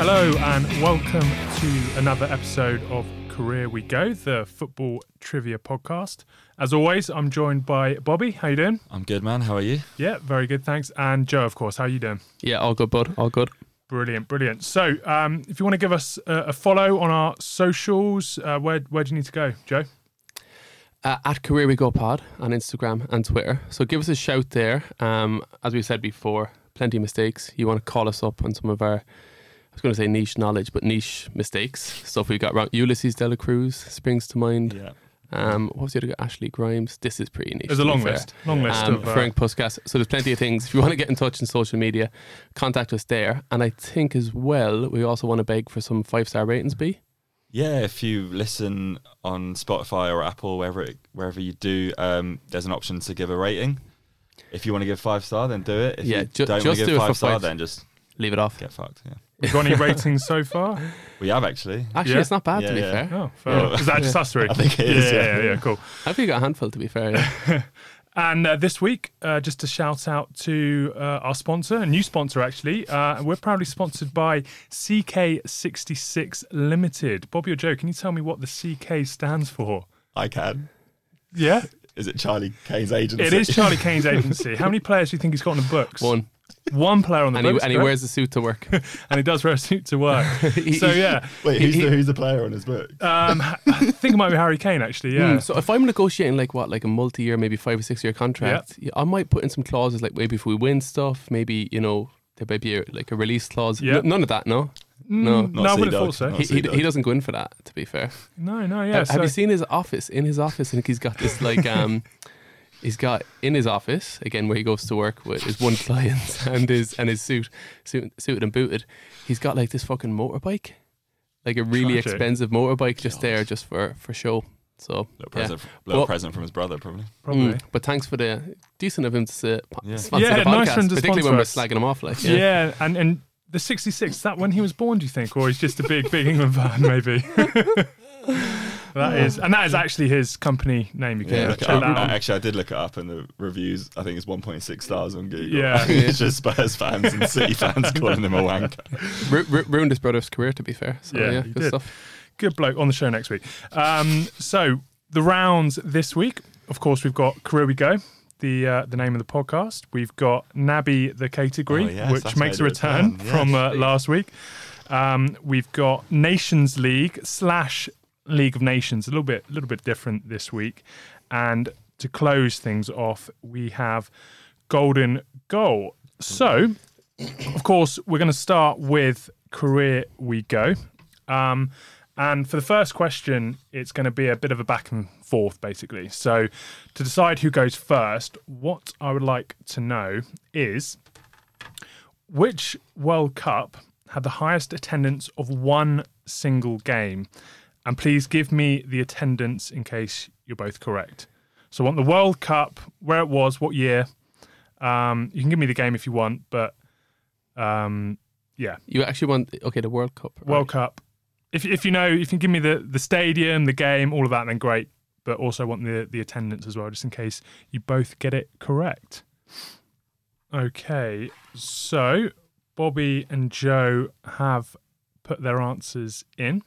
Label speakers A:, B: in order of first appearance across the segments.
A: and welcome to another episode of Career We Go, the football trivia podcast. As always, I'm joined by Bobby. How you doing?
B: I'm good, man. How are you?
A: Yeah, very good, thanks. And Joe, of course. How you doing?
C: Yeah, all good, bud. All good.
A: Brilliant, brilliant. So, um, if you want to give us a, a follow on our socials, uh, where where do you need to go, Joe?
C: Uh, at Career We Go Pod on Instagram and Twitter. So give us a shout there. Um, as we said before, plenty of mistakes. You want to call us up on some of our, I was going to say niche knowledge, but niche mistakes. Stuff we got wrong. Ulysses De La Cruz springs to mind.
B: Yeah.
C: Um, what was the other guy? Ashley Grimes. This is pretty niche.
A: There's a
C: to be
A: long
C: fair.
A: list, long list
C: Um,
A: of uh,
C: Frank Puskas. So there's plenty of things. If you want to get in touch on social media, contact us there. And I think as well, we also want to beg for some five star ratings, B.
B: Yeah, if you listen on Spotify or Apple, wherever it, wherever you do, um, there's an option to give a rating. If you want to give five star, then do it. If
C: Yeah,
B: you
C: ju-
B: don't
C: just
B: want to
C: do
B: give
C: it for
B: five star,
C: five-
B: then just
C: Leave it off.
B: get fucked. Yeah,
A: we got any ratings so far?
B: we have actually.
C: Actually,
A: Yeah.
C: it's not bad
B: Yeah,
C: to be
B: yeah.
C: fair.
A: Oh, fair.
B: Yeah.
A: Is that just us three?
B: I think it is,
A: yeah,
B: yeah.
A: yeah, yeah cool.
C: I've got a handful to be fair. Yeah.
A: And uh, this week, uh, just a shout out to uh, our sponsor, a new sponsor actually. Uh, we're proudly sponsored by CK66 Limited. Bobby or Joe, can you tell me what the CK stands for?
B: I can.
A: Yeah,
B: Is it Charlie Kane's agency?
A: it is Charlie Kane's agency. How many players do you think he's got on the books?
C: One.
A: One player on the
C: And he,
A: books,
C: and he
A: correct?
C: wears a suit to work.
A: and he does wear a suit to work. so yeah,
B: Wait,
C: who's the-
B: who's the player on his book?
A: um, I think it might be Harry Kane actually. Yeah,
C: Mm, so if I'm negotiating like what, like a multi-year, maybe five or six-year contract, yeah, I might put in some clauses like maybe if we win stuff, maybe you know there might be a, like a release clause.
A: Yeah.
C: N- none of that, no.
A: no,
C: Hmm. no.
A: Mm, no, I
B: Not
A: wouldn't
B: Sea
A: thought
B: Dog,
A: so.
B: not
C: He, he,
B: Sea Dog.
C: he doesn't go in for that. To be fair,
A: No, no, yeah.
C: have, have
A: so-
C: you seen his office? In his office, I think he's got this like um, he's got in his office again where he goes to work with his one client and his and his suit, suit suited and booted. He's got like this fucking motorbike, like a really
A: Tragic.
C: expensive motorbike, just
B: God.
C: there just for for show. So
B: Little
C: yeah.
B: present, little
C: Well-
B: present from his brother, probably.
A: probably?
C: Mm, but thanks for the decent of him to uh, po-
B: Yeah.
C: sponsor
A: Yeah,
C: the
A: nice
C: podcast,
A: of him to
C: particularly when we're
A: sponsor us.
C: slagging him off. Like,
A: Yeah. and and the 66, that when he was born, do you think? Or he's just a big, big England fan, maybe? that is, and that is actually his company name. You can
C: Yeah,
A: yeah,
B: Look
A: check
B: it up.
A: that out.
B: actually, I did look it up, and the reviews. I think it's 1.6 stars on Google.
A: Yeah.
B: it's just Spurs fans and City fans calling him a wanker.
C: Ru- ru- ruined his brother's career, to be fair. So
A: Yeah,
C: yeah,
A: he
C: good
A: did.
C: stuff.
A: Good bloke on the show next week. Um, so the rounds this week, of course, we've got Career We Go. The, uh, the name of the podcast. We've got Nabby the category,
B: Oh, yes,
A: which
B: that's
A: makes a
B: made a
A: return,
B: return, yes.
A: from uh, last week. Um, we've got Nations League slash League of Nations, a little bit, little bit different this week. And to close things off, we have Golden Goal. So, of course, we're going to start with career we go. Um, and for the first question, it's going to be a bit of a back and forth, basically. So, to decide who goes first, what I would like to know is which World Cup had the highest attendance of one single game? And please give me the attendance in case you're both correct. So I want the World Cup, where it was, what year. Um, you can give me the game if you want, but um, yeah,
C: You actually won, okay, the World Cup. right?
A: World Cup. If, if you know, if you can give me the, the stadium, the game, all of that, then great. But also want the, the attendance as well, just in case you both get it correct. Okay, so Bobby and Joe have put their answers in.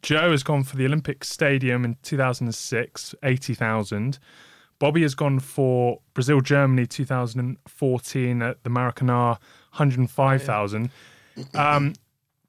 A: Joe has gone for the Olympic Stadium in 2006, 80,000. Bobby has gone for Brazil Germany 2014 at the Maracanã, 105,000. Um,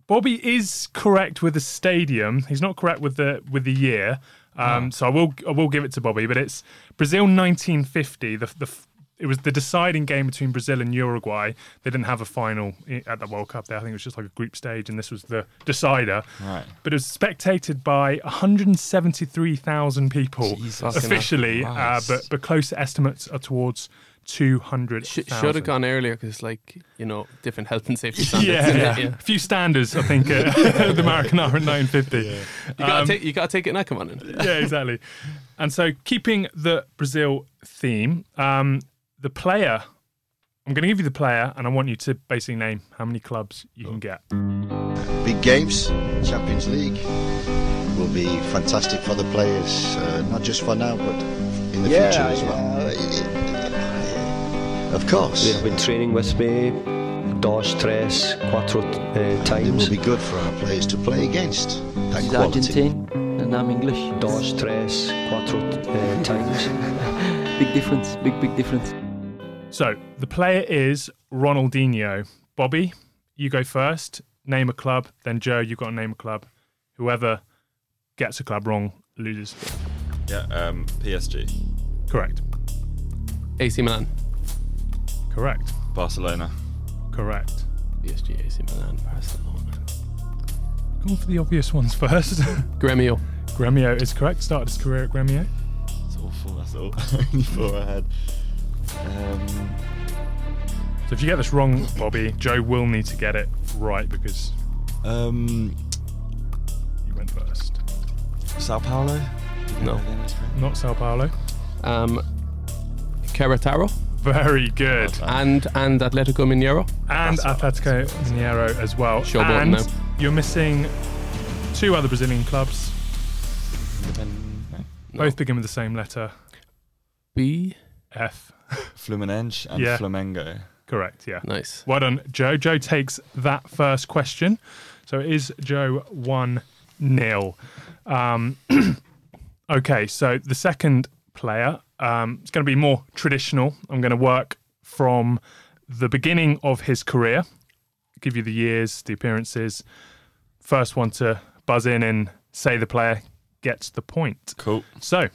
A: Bobby is correct with the stadium. He's not correct with the with the year.
B: Oh.
A: Um, So I will I will give it to Bobby, but it's Brazil 1950. The the f- it was the deciding game between Brazil and Uruguay. They didn't have a final i- at the World Cup. There, I think it was just like a group stage, and this was the decider.
B: Right.
A: But it was spectated by 173,000 people
B: Jesus
A: officially, uh,
B: Christ.
A: but but close estimates are towards 200.
C: Sh- should have gone earlier because, like, you know, different health and safety standards.
A: Yeah,
C: isn't
A: yeah.
C: it?
A: a few standards, I think, uh, the Maracanã at 950.
C: You gotta,
A: Um,
C: take, you gotta take it now, come on. In.
A: yeah, exactly. And so, keeping the Brazil theme, um, the player, I'm going to give you the player, and I want you to basically name how many clubs you can get.
D: big games, Champions League, will be fantastic for the players, uh, not just for now, but in the future as well. Of course.
E: I've been training with me, dos, tres, cuatro uh,
D: It will
E: times.
D: be good for our players to play against. That
F: She's
D: quality.
F: Argentine and I'm English.
E: Dos, tres, cuatro uh, times.
F: Big difference, big, big difference.
A: So the player is Ronaldinho. Bobby, you go first. Name a club. Then Joe, you've got to name a club. Whoever gets a club wrong loses.
B: Yeah, um, PSG,
A: Correct.
C: AC Milan.
A: Correct.
B: Barcelona.
A: Correct.
C: PSG, AC Milan, Barcelona.
A: Going for the obvious ones first.
C: Gremio.
A: Gremio is correct. Started his career at Gremio.
B: It's awful. That's all. Only four I had. Um,
A: So if you get this wrong, Bobby, Joe will need to get it right because
B: um,
A: you went first.
B: Sao Paulo.
C: No.
A: Not Sao Paulo.
C: Um, Querétaro
A: Very good.
C: and and Atletico Mineiro.
A: and
B: That's
A: Atletico Mineiro as well.
C: Sure
A: and
C: button,
A: you're missing two other Brazilian clubs. Both begin with the same letter,
C: B.
A: F.
B: Fluminense and
A: Yeah.
B: Flamengo.
A: Correct, yeah.
C: Nice.
A: Well done, Joe. Joe takes that first question. So it is Joe 1 0. Um, okay, so the second player, um, it's going to be more traditional. I'm going to work from the beginning of his career, give you the years, the appearances. First one to buzz in and say the player gets the point.
B: Cool.
A: So,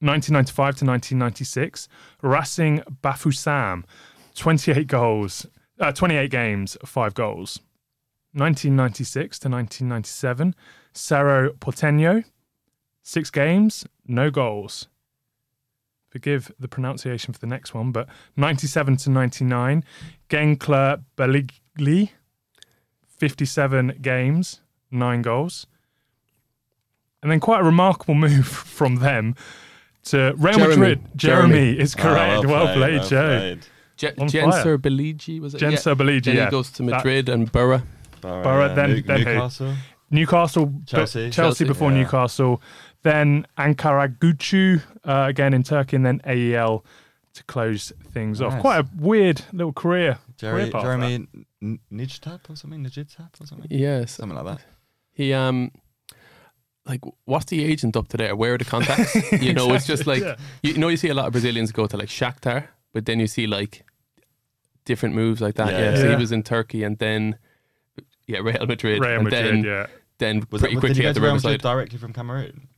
A: 1995 to 1996, Racing Bafusam, 28 goals, uh, 28 games, 5 goals. 1996 to 1997, Cerro Porteño, 6 games, no goals. Forgive the pronunciation for the next one, but 97 to 99, Genkler Baligli, 57 games, 9 goals. And then quite a remarkable move from them to Real
C: Jeremy.
A: Madrid. Jeremy,
C: Jeremy.
A: is correct.
B: Ah,
A: well, played, Joe.
B: played.
C: Je-
A: On fire.
C: Jenser Beligi was it?
A: Jen
C: yeah.
A: Sabalici,
C: Then
A: yeah.
C: he goes to
A: That-
C: Madrid and Borough.
B: Borough,
A: Borough,
B: yeah.
A: then-
B: New-
A: then who?
B: Newcastle.
A: Newcastle, but
B: Chelsea.
A: Chelsea,
C: Chelsea,
A: before
B: yeah.
A: Newcastle, then Ankara Gucu uh, again in Turkey, and then AEL to close things off.
B: Nice.
A: Quite a weird little career.
B: Jerry,
A: career path, that.
B: Jeremy N- Nijtap or something. Nijitap or something.
C: Yes.
B: Something like that.
C: He um like what's the agent up to there? Where are the contacts? You know, it's just like
A: yeah.
C: you, you know you see a lot of Brazilians go to like Shakhtar, but then you see like different moves like that.
B: Yeah,
C: Yeah.
B: yeah.
C: So
A: Yeah.
C: he was in Turkey and then yeah, Real Madrid.
A: Real
C: and
A: Madrid,
C: then
A: yeah.
C: then
B: Was
C: pretty
B: that, did he
C: quickly
B: go
C: at
B: to
C: the
B: Real Madrid
C: Riverside.
B: directly from Cameroon?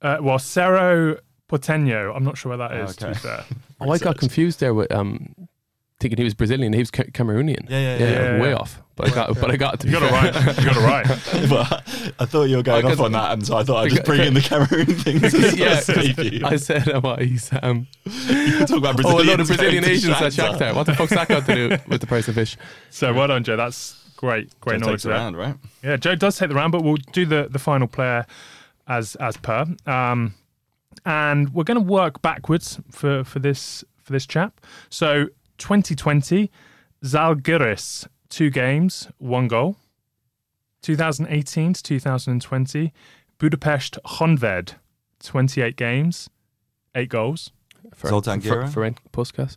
A: Uh, well, Cerro Porteño, I'm not sure where that is, to be
B: Okay.
A: fair.
C: Oh, I got
A: Research.
C: confused there with um thinking he was Brazilian. He was Ca- Cameroonian.
B: Yeah, yeah,
C: Yeah,
B: yeah.
A: yeah,
C: way
A: yeah.
C: off. But I got but I got it to
A: You
C: be
A: got it
C: fair.
A: right. You got it right.
B: but I thought you were going
C: Oh, 'cause-
B: off on that, and so I thought I'd just
C: because-
B: bring in the Cameroon thing to
C: Yeah,
B: save you.
C: I said, oh, what, he's um,
B: you talk about
C: oh, a
B: Brazilian.
C: lot of Brazilian Asians at Shakhtar. What the fuck's that got to do with the price of fish?
A: So well done, Joe. That's great, great knowledge there.
B: around, right?
A: Yeah, Joe does take the round, but we'll do the, the final player as as per. Um, and we're going to work backwards for, for this for this chap. So 2020, Zalgiris, two games, one goal. 2018 to 2020, Budapest Honved, 28 games, eight goals.
C: For,
B: Zoltan
C: for,
B: Gera?
C: for rent podcast.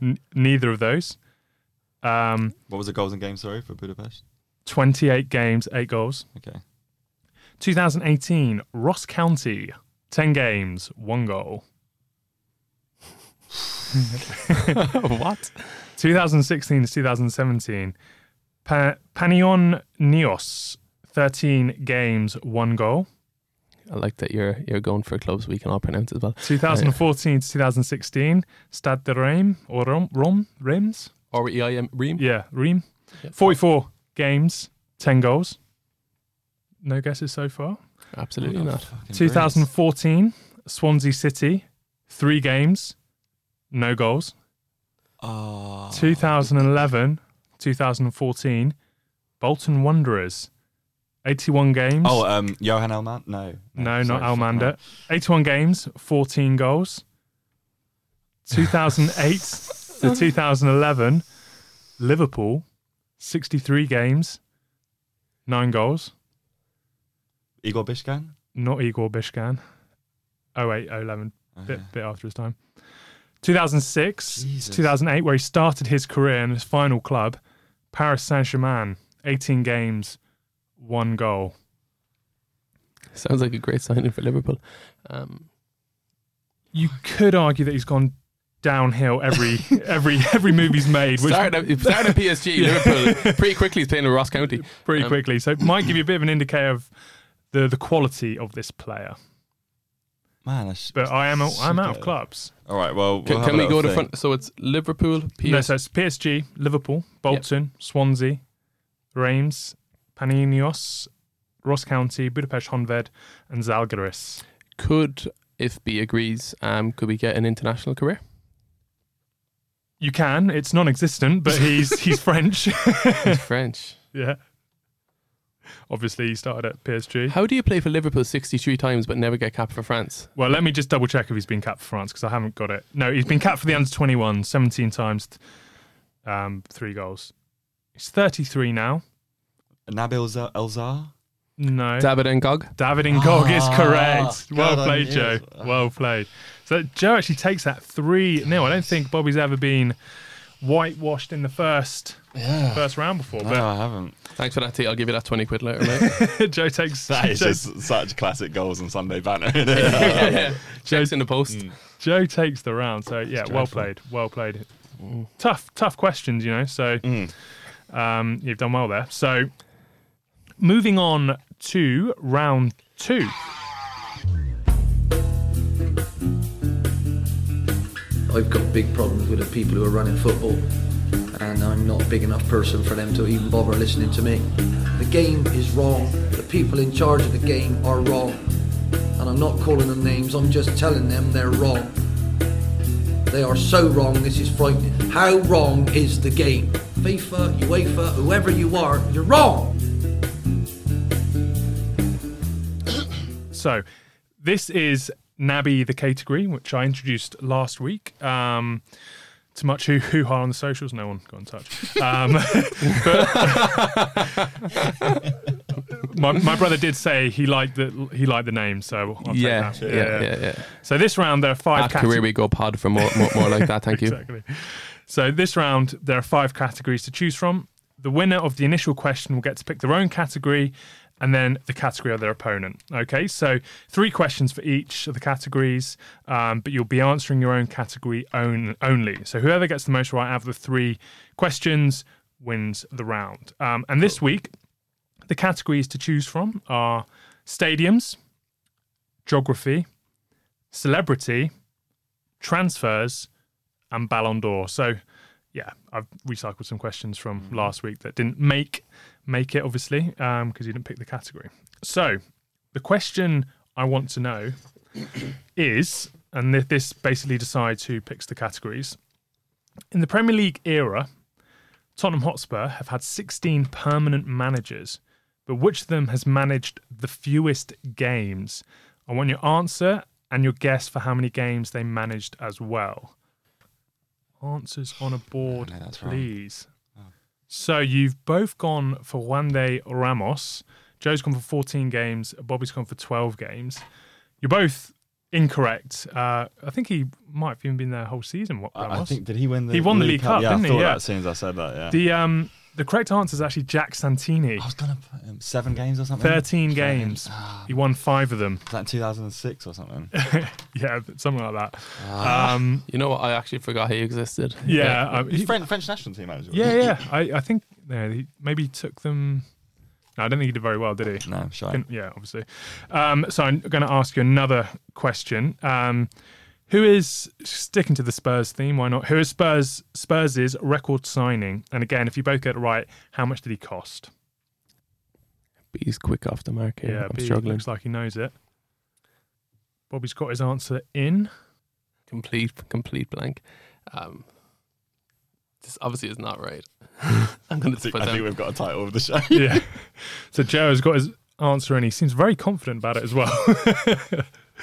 A: N- neither of those. Um,
B: What was the goals and game? Sorry for Budapest.
A: 28 games, eight goals.
B: Okay.
A: 2018, Ross County, 10 games, one goal.
C: what?
A: 2016 to 2017, pa- Panion Nios, 13 games, one goal.
C: I like that you're you're going for clubs we can all pronounce as well.
A: 2014 to 2016, Stade de Reims, or Rom, Rom Reims?
C: Or E I M Ream.
A: Yeah, Reims.
C: Yep.
A: 44 games, 10 goals. No guesses so far.
C: Absolutely not.
A: 2014, Swansea City, three games, no goals.
B: Ah.
A: 2011, 2014, Bolton Wanderers, 81 games.
B: Oh, um, Johan Alman? No.
A: no,
B: sorry,
A: not
B: fuck
A: Almander.
B: that.
A: 81 games, 14 goals. 2008 to 2011, Liverpool, 63 games, 9 goals.
B: Igor Bishkan.
A: Oh, Not Igor Bishkan. 08, 11, bit, bit after his time. 2006,
B: Jesus.
A: 2008, where he started his career in his final club, Paris Saint Germain, 18 games, one goal.
C: Sounds like a great signing for Liverpool. Um,
A: You could argue that he's gone downhill every every every move he's made, which
C: start at, start at PSG,
A: Yeah.
C: Liverpool. Pretty quickly, he's playing with Ross County.
A: pretty
C: Um,
A: quickly. So it might give you a bit of an indicator of the the quality of this player.
B: Man, I sh-
A: But I am I'm out of
B: Super.
A: clubs.
B: all right. Well,
C: Can,
B: we'll have
C: can
B: a
C: we
B: little
C: go to
B: thing.
C: front? So it's Liverpool, PSG.
A: No, so it's PSG, Liverpool, Bolton, Swansea, Reims, Panionios, Ross County, Budapest Honved, and Zalgiris.
C: could, if B agrees, um, could we get an international career?
A: You can. It's non-existent, but he's he's French.
C: He's French.
A: yeah. Obviously, he started at PSG.
C: How do you play for Liverpool 63 times but never get capped for France?
A: Well, let me just double check if he's been capped for France because I haven't got it. No, he's been capped for the under 21 17 times, th- um, three goals. He's 33 now.
B: Nabil Z- Elzar.
A: No.
C: David and Gog?
A: David Ngog is
B: Ah,
A: correct.
B: God,
A: Well
B: I
A: played,
B: knew
A: Joe.
B: it.
A: Well played. So Joe actually takes that 3 0. I don't think Bobby's ever been whitewashed in the first
B: Yeah.
A: first round before,
B: No, I haven't.
C: Thanks for that, T. I'll give you that 20 quid later, mate.
A: but Joe takes
B: That is
A: Joe,
B: just such classic goals on Sunday banner.
C: yeah. Checks in the post.
B: Mm.
A: Joe takes the round. So yeah, well played. Well played.
C: Mm.
A: Tough, tough questions, you know. So
B: Mm.
A: um, you've done well there. So moving on to round two.
G: I've got big problems with the people who are running football, and I'm not a big enough person for them to even bother listening to me. The game is wrong. The people in charge of the game are wrong, and I'm not calling them names. I'm just telling them they're wrong. They are so wrong. This is frightening. How wrong is the game? FIFA, UEFA, whoever you are, you're wrong.
A: So, this is Nabi the category, which I introduced last week. Um, to much hoo hoo ha on the socials, no one got in touch. Um, but my, my brother did say he liked the he liked the name, so I'll
C: Yeah,
A: take
C: yeah,
A: that.
C: yeah, yeah, yeah.
A: So this round there are five
C: At Career
A: categories.
C: We Go Pod for more, more, more like that. Thank you.
A: Exactly. So this round there are five categories to choose from. The winner of the initial question will get to pick their own category and then the category of their opponent. Okay, so three questions for each of the categories, um, but you'll be answering your own category own, only. So whoever gets the most right out of the three questions wins the round. Um, and this week, the categories to choose from are stadiums, geography, celebrity, transfers, and Ballon d'Or. So, yeah, I've recycled some questions from last week that didn't make make it, obviously, because you didn't pick the category. So, the question I want to know is, and thi- this basically decides who picks the categories. In the Premier League era, Tottenham Hotspur have had 16 permanent managers, but which of them has managed the fewest games? I want your answer and your guess for how many games they managed as well. Answers on a board,
B: I know that's wrong. Oh.
A: please. So you've both gone for Juan de Ramos. Joe's gone for 14 games. Bobby's gone for 12 games. You're both incorrect. Uh, I think he might have even been there a whole season. What
B: I, I
A: Ramos.
B: think did he win the
A: He won the League Cup,
B: yeah,
A: didn't
B: I
A: he?
B: thought
A: Yeah.
B: That as soon as I said that, yeah.
A: The um the correct answer is actually Jack Santini.
B: I was gonna put him seven games or something. Ah,
A: Thirteen games. He won five of them.
B: Was that in 2006 or something?
A: Yeah, something like that. Um,
C: You know what? I actually forgot he existed.
A: yeah, um,
B: Ah. He's
A: he-
B: French, French national team manager.
A: yeah, yeah. I, I think yeah, he maybe he took them. No, I don't think he did very well, did he?
B: No, I'm sure.
A: Can- yeah, obviously. Um, so I'm going to ask you another question. Um, who is sticking to the Spurs theme? Why not? Who is Spurs Spurs' record signing? And again, if you both get it right, how much did he cost?
C: But he's quick off the mark here. I'm
A: B
C: struggling.
A: Looks like he knows it. Bobby's got his answer in.
C: Complete, complete blank. Um, this obviously is not right. I'm
B: I
C: going to
B: think,
C: put
B: I think
C: down.
B: we've got a title of the show.
A: Yeah. so Joe has got his answer in. He seems very confident about it as well.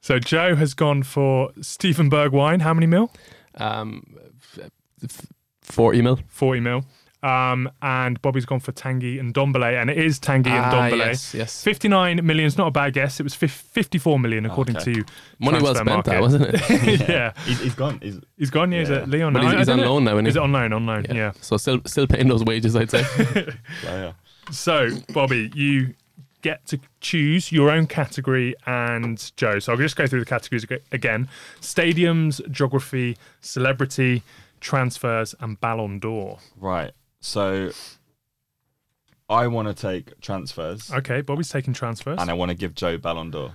A: so Joe has gone for Stephen Bergwine. How many mil?
C: Um, f- f- 40 mil.
A: 40 mil. Um, and Bobby's gone for Tangi and Dombele, and it is Tangi and
C: Ah,
A: Dombele.
C: yes, yes.
A: 59 million is not a bad guess. It was fif- 54
C: Oh,
A: million, according
B: Okay.
A: to
C: Money well
A: Transfer
C: spent,
A: Market.
C: that wasn't it?
A: yeah.
B: He's, he's gone. He's,
A: he's gone. Yeah, he's
B: Yeah.
A: at Leon.
C: But
A: now.
C: he's-
A: I- I
C: he's
A: don't
C: on
A: know-
C: loan now, isn't
A: Is
C: he?
A: it on loan? On loan. Yeah.
C: So still still paying those wages, I'd say.
B: yeah.
A: So, Bobby, you get to choose your own category and Joe. So I'll just go through the categories ag- again: stadiums, geography, celebrity, transfers, and Ballon d'Or.
B: Right. So I want to take transfers,
A: Okay, Bobby's taking transfers.
B: and I want to give Joe Ballon d'Or.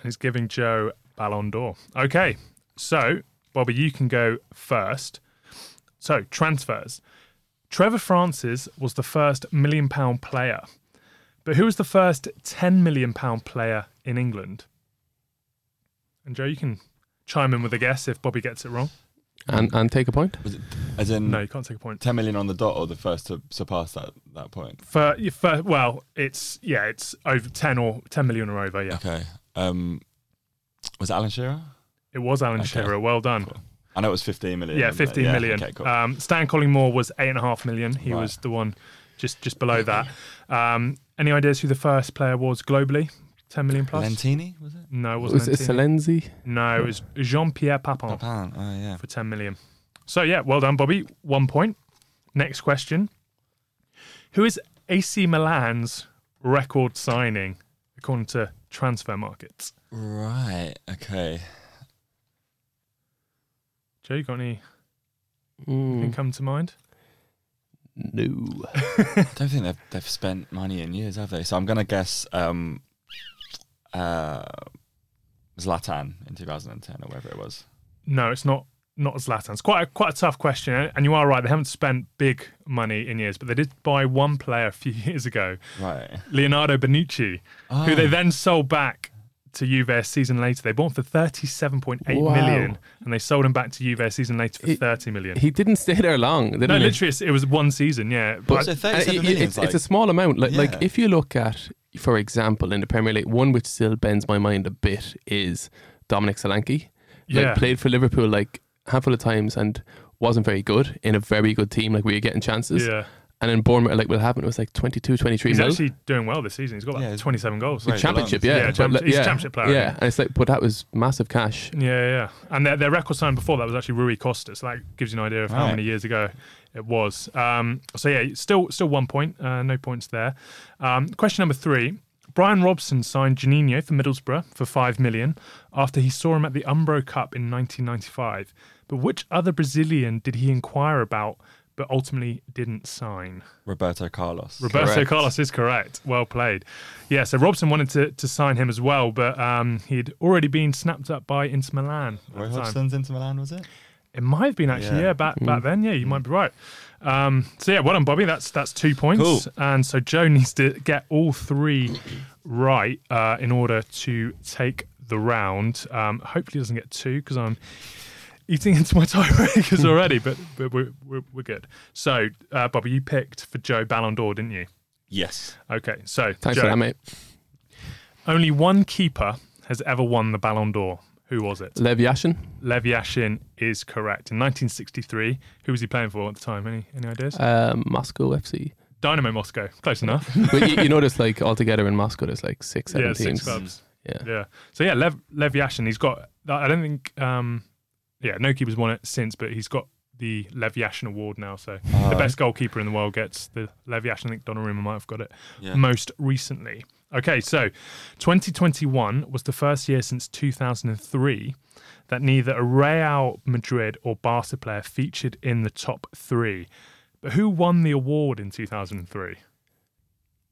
A: and it's giving Joe Ballon d'Or. Okay, so Bobby, you can go first. So transfers. Trevor Francis was the first million pound player, but who was the first ten million pound player in England? And Joe, you can chime in with a guess if Bobby gets it wrong.
C: and and take a point.
B: Was it, as in
A: No, you can't take a point.
B: ten million on the dot, or the first to surpass that that point?
A: For, for well, it's yeah, it's over ten or ten million or over. Yeah,
B: Okay. Um, was it Alan Shearer?
A: it was Alan
B: Okay.
A: Shearer. Well done.
B: I know it was fifteen million.
A: Yeah,
B: wasn't it?
A: fifteen million.
B: uh, Okay, cool.
A: um, Stan Collingmore was eight and a half million. He
B: Right.
A: was the one just just below that. Um, any ideas who the first player was globally? Ten million plus.
B: Lentini was it?
A: no, it wasn't. eh?
C: Was it
A: Lentini.
C: Salenzi?
A: no, it was Jean Pierre Papin
B: Papin. Oh yeah.
A: for ten million. So yeah, well done, Bobby. One point. Next question: Who is AC Milan's record signing according to transfer markets?
B: Right. Okay.
A: Joe, you got any
C: Mm,
A: come to mind?
C: no.
B: I don't think they've they've spent money in years, have they? So I'm gonna guess um, uh, Zlatan in 2010 or whatever it was.
A: No, it's not not Zlatan. It's quite a, quite a tough question, and- and you are right. They haven't spent big money in years, but they did buy one player a few years ago,
B: Right.
A: Leonardo Bonucci, who
C: Oh.
A: they then sold back to Juve a season later. They bought him for thirty seven point eight million,
C: Wow.
A: and they sold him back to Juve a season later for
C: He-
A: thirty million.
C: He didn't stay there long. Didn't
A: no,
C: he?
A: literally, it's- it was one season. Yeah,
B: But
A: but
B: so
C: And uh, it-
B: 37
C: it-
B: million
C: it's,
B: is like,
C: it's a small amount. Like, like
B: Yeah.
C: if you look at, for example, in the Premier League, one which still bends my mind a bit is Dominic Solanke. Like
A: yeah,
C: played for Liverpool like a handful of times and wasn't very good in a very good team. Like we were getting chances,
A: yeah.
C: and in Bournemouth, like what happened it was like 22, 23
A: He's
C: mil.
A: actually doing well this season. He's got like
B: Yeah,
A: twenty seven goals.
B: Right.
C: championship,
B: belongs.
C: yeah,
A: Yeah,
C: But,
A: champ-
C: like,
A: he's a championship player,
C: yeah.
A: yeah.
C: And it's like, but that was massive cash.
A: Yeah, yeah. And their, their record sign before that was actually Rui Costa, so that gives you an idea of how
B: Right.
A: many years ago it was. Um, so yeah, still still one point, uh, no points there. Um, question number three. Brian Robson signed Janino for Middlesbrough for five million after he saw him at the Umbro Cup in 1995. But which other Brazilian did he inquire about, but ultimately didn't sign?
B: Roberto Carlos.
A: Roberto
C: Correct.
A: Carlos is correct. Well played. Yeah, so Robson wanted to, to sign him as well, but um, he'd already been snapped up by Inter Milan. at
B: Roy
A: the time.
B: Hodgson's into Milan, was it?
A: It might have been actually, yeah,
B: Yeah.
A: back back then. Yeah, you might be right. Um, so yeah, well done, Bobby. That's that's two points,
B: Cool.
A: and so Joe needs to get all three right uh, in order to take the round. Um, hopefully, he doesn't get two because I'm eating into my tiebreakers already. But but we're we're, we're good. So uh, Bobby, you picked for Joe Ballon d'Or, didn't you?
B: Yes.
A: Okay, so
C: Thanks
A: Joe,
C: for that, mate.
A: only one keeper has ever won the Ballon d'Or. Who was it?
C: Lev Yashin.
A: Lev Yashin is correct. In 1963, who was he playing for at the time? Any any ideas?
C: um, Moscow FC.
A: Dynamo Moscow. Close enough.
C: but you, you notice, like altogether in Moscow, there's like six, seven
A: yeah,
C: teams.
A: six clubs.
C: Yeah.
A: Yeah. So yeah, Lev Lev Yashin. He's got. I don't think. Um, yeah, no keeper's won it since, but he's got the Lev Yashin award now. So
B: Oh,
A: the best goalkeeper in the world gets the Lev Yashin. I think Donnarumma might have got it
B: Yeah.
A: most recently. Okay, so 2021 was the first year since 2003 that neither a Real Madrid or Barca player featured in the top three. But who won the award in 2003?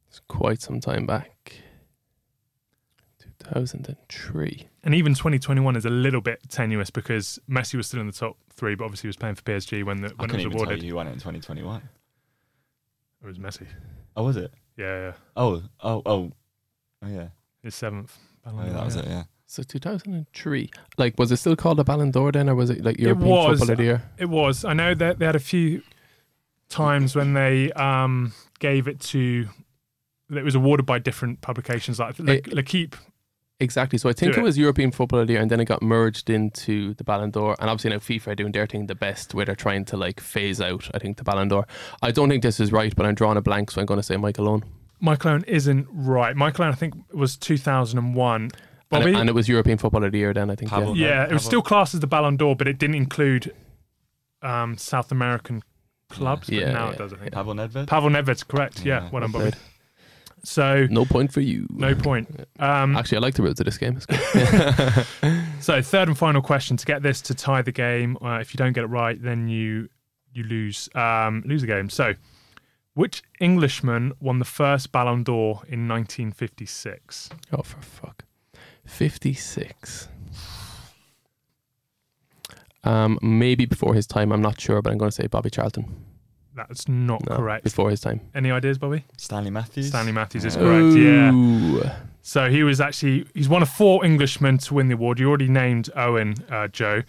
C: It's quite some time back. 2003.
A: and even 2021 is a little bit tenuous because Messi was still in the top three, but obviously he was playing for PSG when the
B: I
A: when it
B: couldn't
A: was
B: even
A: awarded.
B: tell you who won it in 2021.
A: It was Messi.
B: Oh, was it?
A: Yeah, yeah.
B: Oh, oh, oh. Oh, yeah.
A: His seventh. Ballon
B: Oh, yeah,
A: d'Or,
B: that was
A: yeah.
B: it, yeah.
C: So 2003. Like, was it still called a Ballon d'Or then, or was it like European
A: was.
C: Footballer of the Year?
A: It was. I know that they had a few times when they um, gave it to. that It was awarded by different publications like
C: It-
A: L'Equipe
C: Exactly. So I think
A: Do
C: it
A: it.
C: was European Football of the Year, and then it got merged into the Ballon d'Or. And obviously now FIFA are doing their thing the best, where they're trying to like phase out. I think the Ballon d'Or. I don't think this is right, but I'm drawing a blank, so I'm going to say Michael Owen.
A: Michael Owen isn't right. Michael Owen, I think, was 2001.
C: And,
A: Bobby?
C: it, and it was European Football of the Year then. I think.
B: Pavel.
C: Yeah.
A: yeah, it was
B: Pavel.
A: still classed as the Ballon d'Or, but it didn't include um, South American clubs. But
C: Yeah,
A: now
C: yeah,
A: it does, I think.
B: Pavel Nedved.
A: Pavel Nedved's correct. Yeah,
B: Yeah.
A: well done, Bobby.
C: Played.
A: So,
C: No point for you.
A: no point. Um,
C: Actually, I like the rules of this game. It's good.
A: So, third and final question to get this to tie the game. Uh, if you don't get it right, then you you lose um, lose the game. So, which Englishman won the first Ballon d'Or in 1956?
C: Oh, for fuck. 56. Um, maybe before his time, I'm not sure, but I'm going to say Bobby Charlton.
A: That's not
C: No,
A: correct.
C: Before his time.
A: Any ideas, Bobby?
B: Stanley Matthews.
A: Stanley Matthews is correct. Yeah.
C: Ooh.
A: So he was actually he's one of four Englishmen to win the award. You already named Owen, uh, Joe,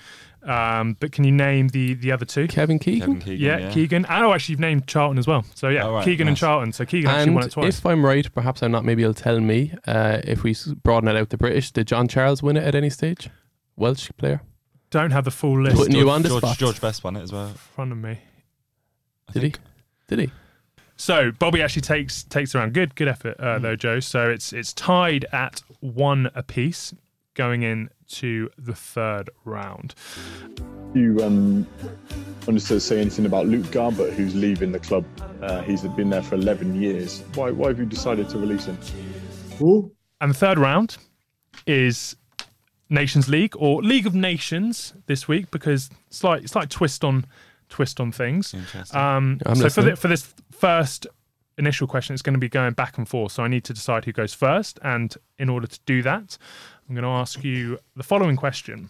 A: um, but can you name the the other two?
C: Kevin Keegan.
B: Kevin Keegan.
A: yeah, Keegan. Oh, actually, you've named Charlton as well. So yeah,
B: Oh, right,
A: Keegan and
B: nice.
A: Charlton. So Keegan actually won
C: And
A: it twice.
C: if I'm right, perhaps I'm not, maybe you'll tell me uh, if we s- broaden it out to British. Did John Charles win it at any stage? Welsh player?
A: Don't have the full list
C: Putting
A: in
C: you on the
B: George,
C: spot.
B: George Best won it as well.
A: front of me.
B: I
C: Did he?
B: think.
C: Did he?
A: So Bobby actually takes takes around. Good good effort uh, though, Joe. So it's it's tied at one apiece going into the third round.
H: You um, wanted to say anything about Luke Garbutt, who's leaving the club. Uh, he's been there for 11 years. Why, why have you decided to release him?
A: And the third round is Nations League or League of Nations this week because slight slight twist on twist on things.
B: Interesting.
A: Um,
C: I'm
A: so for,
C: listening.
A: the, for this first initial question, it's going to be going back and forth. So I need to decide who goes first, and in order to do that, I'm going to ask you the following question: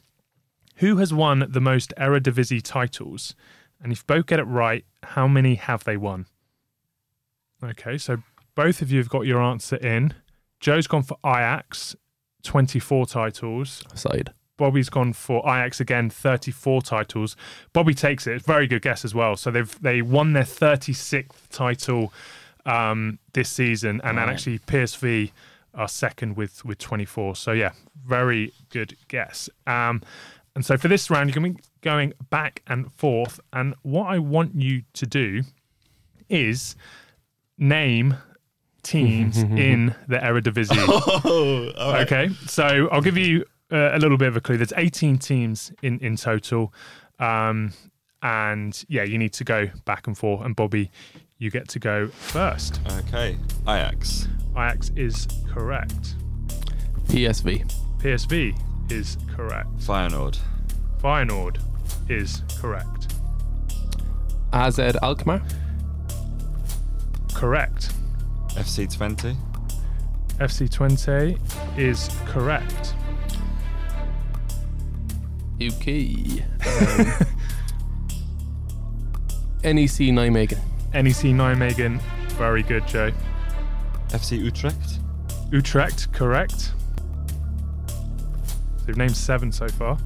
A: Who has won the most Eredivisie titles? And if you both get it right, how many have they won? Okay, so both of you have got your answer in. Joe's gone for Ajax, 24 titles.
C: Side.
A: Bobby's gone for Ajax again, 34 titles. Bobby takes it. It's a very good guess as well. So they've they won their 36th title um, this season, and, and actually PSV are second with with 24. So yeah, very good guess. Um, and so for this round, you're going to be going back and forth. And what I want you to do is name teams in the Eredivisie. Oh, Okay, so I'll give you uh, a little bit of a clue. There's 18 teams in in total, um, and yeah, you need to go back and forth. And Bobby, you get to go first.
B: Okay. Ajax.
A: Ajax is correct.
C: PSV.
A: PSV is correct.
B: Feyenoord.
A: Feyenoord is correct.
C: AZ Alkmaar.
A: Correct.
B: FC Twenty.
A: FC Twente is correct.
C: UK. Um, NEC Nijmegen.
A: NEC E Nijmegen, very good, Joe.
B: FC Utrecht.
A: Utrecht, correct. So we've named seven so far.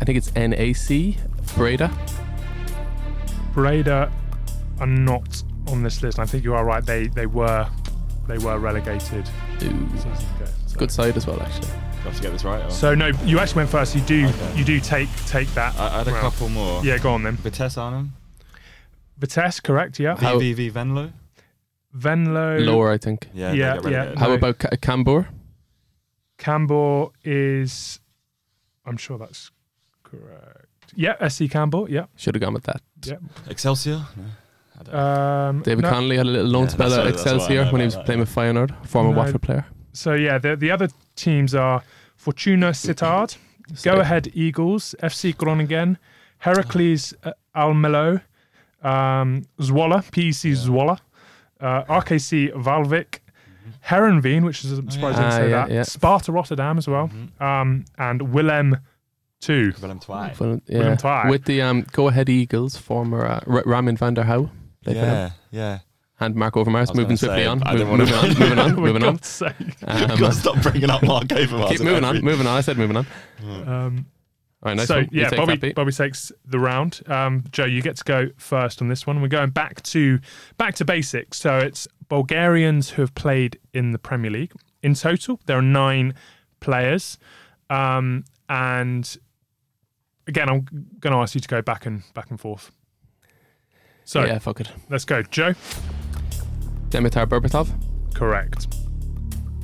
C: I think it's NAC. Breda.
A: Breda are not on this list. I think you are right. They they were they were relegated.
C: Ooh.
A: seasons ago. So.
C: Good side as well, actually.
B: Got to get this right. or-
A: So no, you actually went first. You do
B: Okay.
A: you do take take that.
C: Uh,
B: I, I had a
A: round.
B: couple more.
A: Yeah, go on then.
B: Vitesse Arnhem.
A: Vitesse, correct? Yeah.
C: How-
B: VVV Venlo.
A: Venlo.
C: Lower, I think.
B: Yeah.
A: Yeah,
B: They
A: yeah.
B: got relegated.
A: How-
C: How
A: No.
C: about Ca- Cambuur?
A: Campbell is. I'm sure that's correct. Yeah, SC Campbell. Yeah.
C: Should have gone with that.
B: Excelsior. No. I don't know.
A: Um,
C: David
A: no,
C: Connolly had a little loan
B: Yeah,
C: spell
B: that's
C: at
B: what- that's what I know
C: Excelsior when he was
B: about that,
C: playing with Feyenoord, former
A: No.
C: Watford player.
A: So yeah, the the other teams are Fortuna Sittard, Go
C: Sorry.
A: Ahead Eagles, FC Groningen, Heracles uh, Almelo, um, Zwolle, PEC Zwolle, uh, RKC Valvik,
B: Mm-hmm.
A: Herenveen, which is I'm surprised I didn't
C: Ah,
A: say
C: yeah,
A: that,
C: yeah.
A: Sparta Rotterdam as well,
B: Mm-hmm.
A: um, and Willem Two.
B: Willem Twai.
C: Well,
A: Willem
C: yeah.
A: Tye.
C: With the um, Go Ahead Eagles, former uh, R- Ramin van der Houw. played for them.
B: Yeah. Yeah.
C: And Mark Overmars,
B: was gonna
C: moving
B: say,
C: swiftly on.
B: I
C: Move,
B: didn't wanna-
C: moving on, moving on,
A: For
C: moving on.
A: God's sake.
C: Um,
B: Gotta stop bringing up Mark Overmars.
C: keep
B: in
C: moving on,
B: every-
C: moving on. I said moving on. Hmm.
A: Um,
C: All right, nice
A: so
C: one. You
A: yeah,
C: take
A: Bobby,
C: that, Pete.
A: Bobby takes the round. Um, Joe, you get to go first on this one. We're going back to back to basics. So it's Bulgarians who have played in the Premier League. in total. There are nine players, um, and again, I'm going to ask you to go back and back and forth. So
C: yeah, fuck it.
A: let's go, Joe.
C: Demitar Berbatov,
A: Correct.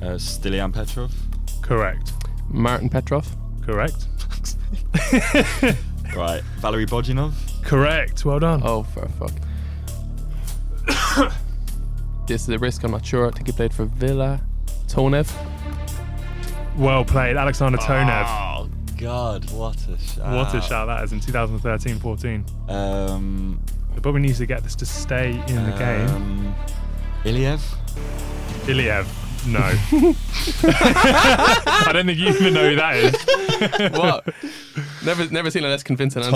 B: Uh, Stilian Petrov.
A: Correct.
C: Martin Petrov,
A: Correct.
B: Right. Valery Bodinov.
A: Correct. Well done.
C: Oh, for fuck. this is a risk. I'm not sure. I think he played for Villa. Tonev.
A: Well played, Alexander Tonev.
B: Oh, God. What a shout.
A: What a shout that is in 2013-14.
B: Um,
A: But Bobby needs to get this to stay in the game.
B: um, Iliev.
A: Iliev, no. I don't think you even know who that is.
C: what? Never, never seen a less convincing answer.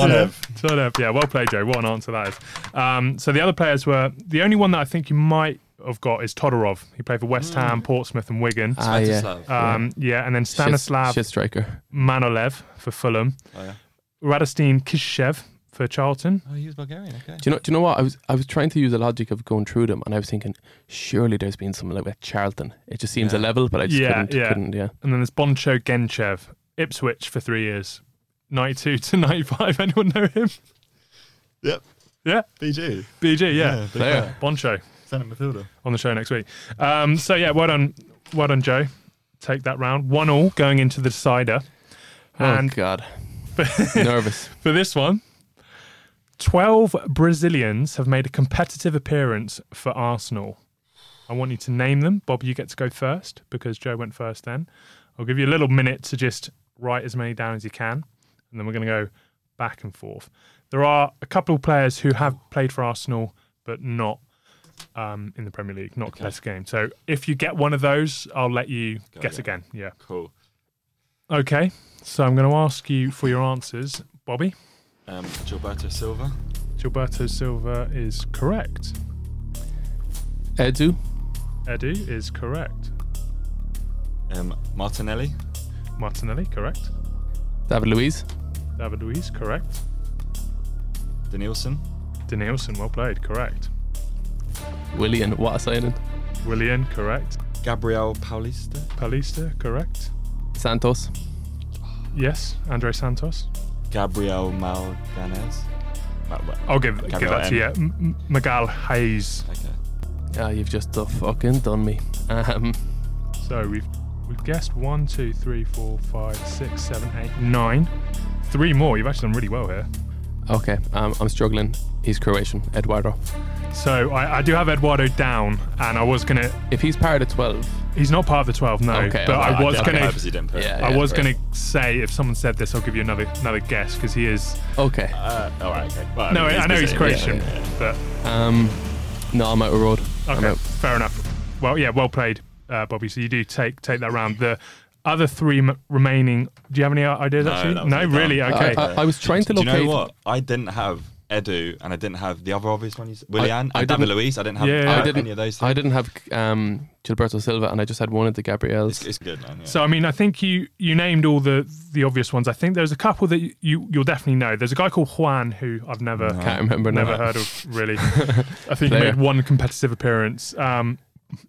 A: Tonev, yeah, well played, Joe. What an answer that is. Um, so the other players were the only one that I think you might have got is Todorov. He played for West Ham, Portsmouth, and Wigan.
C: Mm. Ah, yeah.
B: Svetislav.
A: um, yeah, and then
C: Shit-
A: Stanislav
C: shit striker.
A: Manolev for Fulham,
B: oh, yeah.
A: Radostin Kishev for Charlton.
B: oh, he was Bulgarian. Okay.
C: Do you know? Do you know what? I was I was trying to use the logic of going through them, and I was thinking, surely there's been someone like with Charlton. It just seems a
B: Yeah.
C: level, but I just
A: Yeah,
C: couldn't,
A: yeah.
C: couldn't. Yeah.
A: And then there's Boncho Genchev, Ipswich for three years, 92 to 95. Anyone know him?
B: Yep.
A: Yeah,
B: BG.
A: BG, yeah.
B: big
C: Player.
B: fan.
A: Boncho
B: Centre midfielder.
A: on the show next week. Um, so, yeah, well done, well done, Joe. Take that round. One all going into the decider. And
C: oh God. Nervous.
A: for this one, 12 Brazilians have made a competitive appearance for Arsenal. I want you to name them. Bob, you get to go first because Joe went first then. I'll give you a little minute to just write as many down as you can, and then we're going to go back and forth. There are a couple of players who have played for Arsenal, but not um, in the Premier League, not competitive game. So if you get one of those, I'll let you
B: Go
A: guess
B: again.
A: again. Yeah.
B: Cool.
A: Okay. So I'm going to ask you for your answers, Bobby.
B: Um, Gilberto Silva.
A: Gilberto Silva is correct.
C: Edu.
A: Edu is correct.
B: Um, Martinelli.
A: Martinelli, correct.
C: David Luiz.
A: David Luiz, correct.
B: Danielson.
A: Danielson, well played, correct.
C: Willian. What a signing.
A: Willian, correct.
B: Gabriel Paulista.
A: Palista, correct.
C: Santos.
A: Yes, Andre Santos.
B: Gabriel Malganes. Ma- ma-
A: I'll give, give
B: Gabriel
A: that to you.
B: M.
A: M- M- Miguel Hayes.
B: Okay.
C: Ah, you've just uh, fucking done me. Um,
A: So we've we've guessed one, two, three, four, five, six, seven, eight, nine. Three more. You've actually done really well here.
C: okay. Um, I'm struggling. He's Croatian. Eduardo.
A: So I, I do have Eduardo down, and I was gonna.
C: If he's part of twelve.
A: He's not part of the twelve, no.
C: Okay,
A: but
C: well,
A: I was
B: I
C: okay.
A: gonna.
B: purposely didn't put.
C: Yeah.
A: I was
C: right.
A: going to say if someone said this, I'll give you another another guess because he is.
C: Okay.
B: Uh, all right. Okay. Well,
A: No,
B: mean,
A: I know he's
B: busy.
A: Croatian,
B: Yeah, yeah.
C: Um, no, I'm out of road.
A: but
C: I'm
A: okay,
C: out.
A: fair enough. Well, yeah, well played, uh, Bobby. So you do take take that round. The other three m- remaining. Do you have any ideas?
B: No,
A: actually,
B: that was
A: no,
B: me done.
A: really. Okay,
C: I, I, I was trying to
B: Do you
C: locate.
B: know what? I didn't have Edu, and I didn't have the other obvious one. You said, Willian
C: I
B: and David
C: didn't-
B: Luiz. I didn't have
A: Yeah, yeah,
B: uh,
A: I
C: didn't-
B: any of those. Two.
C: I didn't have um, Gilberto Silva, and I just had one of the
B: It's,
C: Gabriels.
B: it's good, man. Yeah.
A: So I mean, I think you you named all the the obvious ones. I think there's a couple that you, you you'll definitely know. There's a guy called Juan who I've never
C: Can't remember now.
A: never heard of really. I think he
C: Player.
A: made one competitive appearance. Um,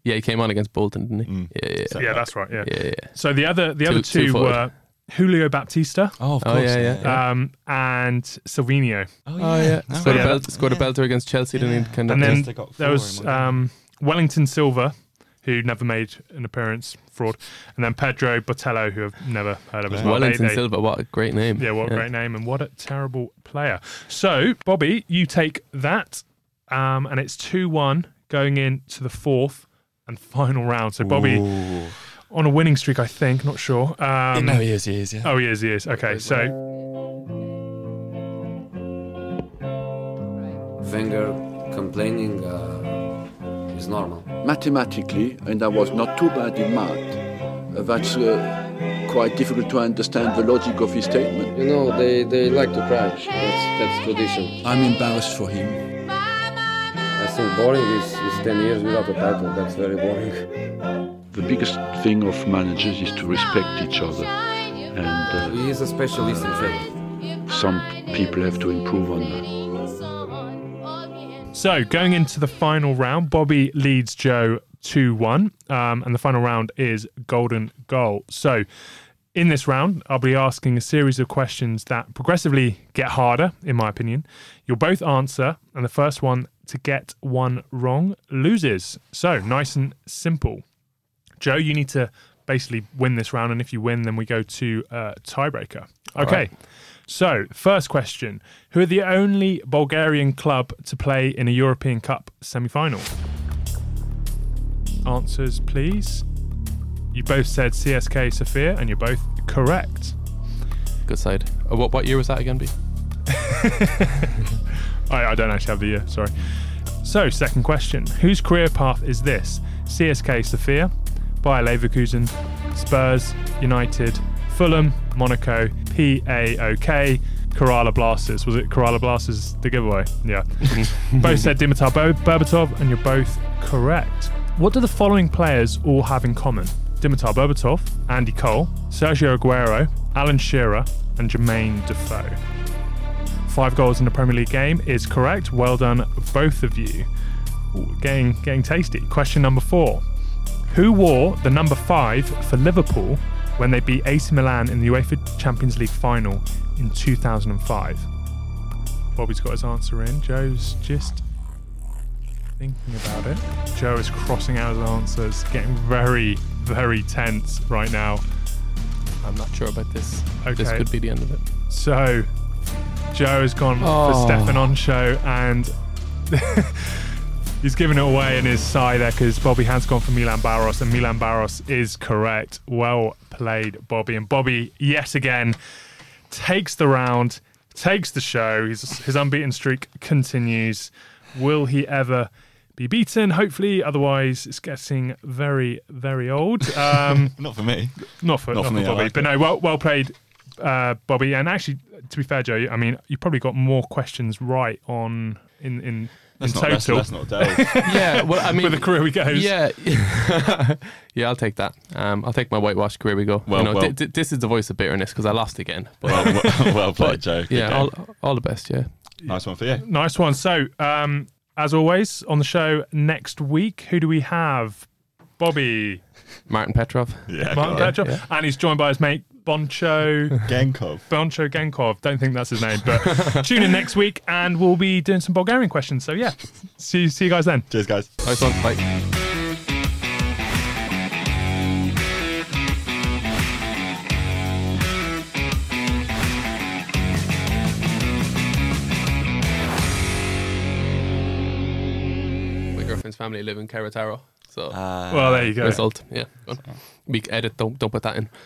C: Yeah, he came on against Bolton,
B: Mm.
C: didn't he? Yeah,
B: Oh,
C: yeah,
A: yeah, that's right. Yeah.
C: yeah, yeah.
A: So the other the other two
C: two forward.
A: were Julio Baptista.
B: oh, of
C: Oh,
B: course.
C: yeah, yeah.
A: um, and Silvino.
B: Oh,
C: Oh yeah,
B: No,
C: scored,
A: yeah,
C: a belt, scored a belter against Chelsea, didn't he? Kind of
A: And then
B: Yes, they got
A: there
B: four
A: was
B: in one game.
A: um, Wellington Silva, who never made an appearance, fraud, and then Pedro Botello, who I've never heard of as well. They-
C: Wellington
A: they-
C: Silva, what a great name.
A: Yeah, what a great name and what a terrible player. So, Bobby, you take that, um, and it's 2 1 going into the fourth and final round. So, Bobby
B: Ooh.
A: on a winning streak, I think, not sure. Um,
B: no, he is. He is. Yeah.
A: Oh, he is, he is. Okay, so
I: Wenger complaining uh, is normal.
J: mathematically, and I was not too bad in math. Uh, that's uh, quite difficult to understand the logic of his statement.
I: You know, they, they like to cry. That's, that's tradition.
J: I'm embarrassed for him.
I: I think boring is, is 10 years without a title. That's very boring.
J: The biggest thing of managers is to respect each other, and
I: He is a specialist in fact.
J: uh, some people have to improve on that.
A: so going into the final round, Bobby leads Joe 2 1. Um, and the final round is golden goal. So, in this round, I'll be asking a series of questions that progressively get harder, in my opinion. You'll both answer, and the first one to get one wrong loses. So, nice and simple. Joe, you need to basically win this round, and if you win, then we go to uh, tiebreaker.
B: All
A: Okay.
B: right.
A: So, first question Who are the only Bulgarian club to play in a European Cup semi final? Answers, please. You both said CSK Sofia, and you're both correct.
C: Good side. Uh, what what year was that again? B?
A: I, I don't actually have the year, sorry. So, second question Whose career path is this? CSK Sofia, Bayer Leverkusen, Spurs, United, Fulham, Monaco, PAOK, Kerala Blasters. Was it Kerala Blasters the giveaway? Yeah. both said Dimitar Bo- Berbatov, and you're both correct. What do the following players all have in common? Dimitar Berbatov, Andy Cole, Sergio Aguero, Alan Shearer, and Jermaine Defoe. Five goals in a Premier League game is correct. Well done, both of you. Ooh, getting, getting tasty. Question number four Who wore the number five for Liverpool when they beat AC Milan in the UEFA Champions League final in 2005? Bobby's got his answer in. Joe's just thinking about it. Joe is crossing out his answers, getting very, very tense right now.
C: I'm not sure about this.
A: Okay.
C: This could be the end of it.
A: So, Joe has gone
C: Oh.
A: for Stefan on show and he's given it away in his sigh there because Bobby has gone for Milan Barros and Milan Barros is correct. Well played, Bobby. And Bobby, yet again, takes the round, takes the show. His, his unbeaten streak continues. Will he ever be beaten? Hopefully, otherwise, it's getting very, very old. Um,
B: Not for me.
A: not for,
B: Not
A: not
B: for
A: for,
B: me, I
A: Bobby,
B: like
A: but no, well, well played, uh, Bobby. And actually, to be fair, Joe, I mean, you probably got more questions right on in in,
B: That's
A: in
B: not, that's,
A: total.
B: that's not Dell.
C: Yeah, well, I mean,
A: With the career we goes.
C: Yeah, yeah, I'll take that. Um, I'll take my whitewash. Career we go.
B: Well,
C: you know,
B: well.
C: thi- thi- this is the voice of bitterness because I lost again. But
B: well, well, well played,
C: But,
B: Joe. Good
C: yeah,
B: game.
C: all, all the best. Yeah,
B: nice one for you.
A: Nice one. So, um, as always, on the show next week, who do we have? Bobby,
C: Martin Petrov.
B: Yeah,
A: Martin
B: God.
A: Petrov,
C: yeah.
A: and he's joined by his mate Boncho.
B: Gankov.
A: Boncho Gankov. Don't think that's his name, but tune in next week and we'll be doing some Bulgarian questions. So, yeah, see, see you guys then.
B: Cheers, guys.
C: Nice one. Bye. My girlfriend's family live in Carataro, so
B: Uh,
A: Well, there you go.
C: result. Yeah, go on. we edit. Don't don't put that in.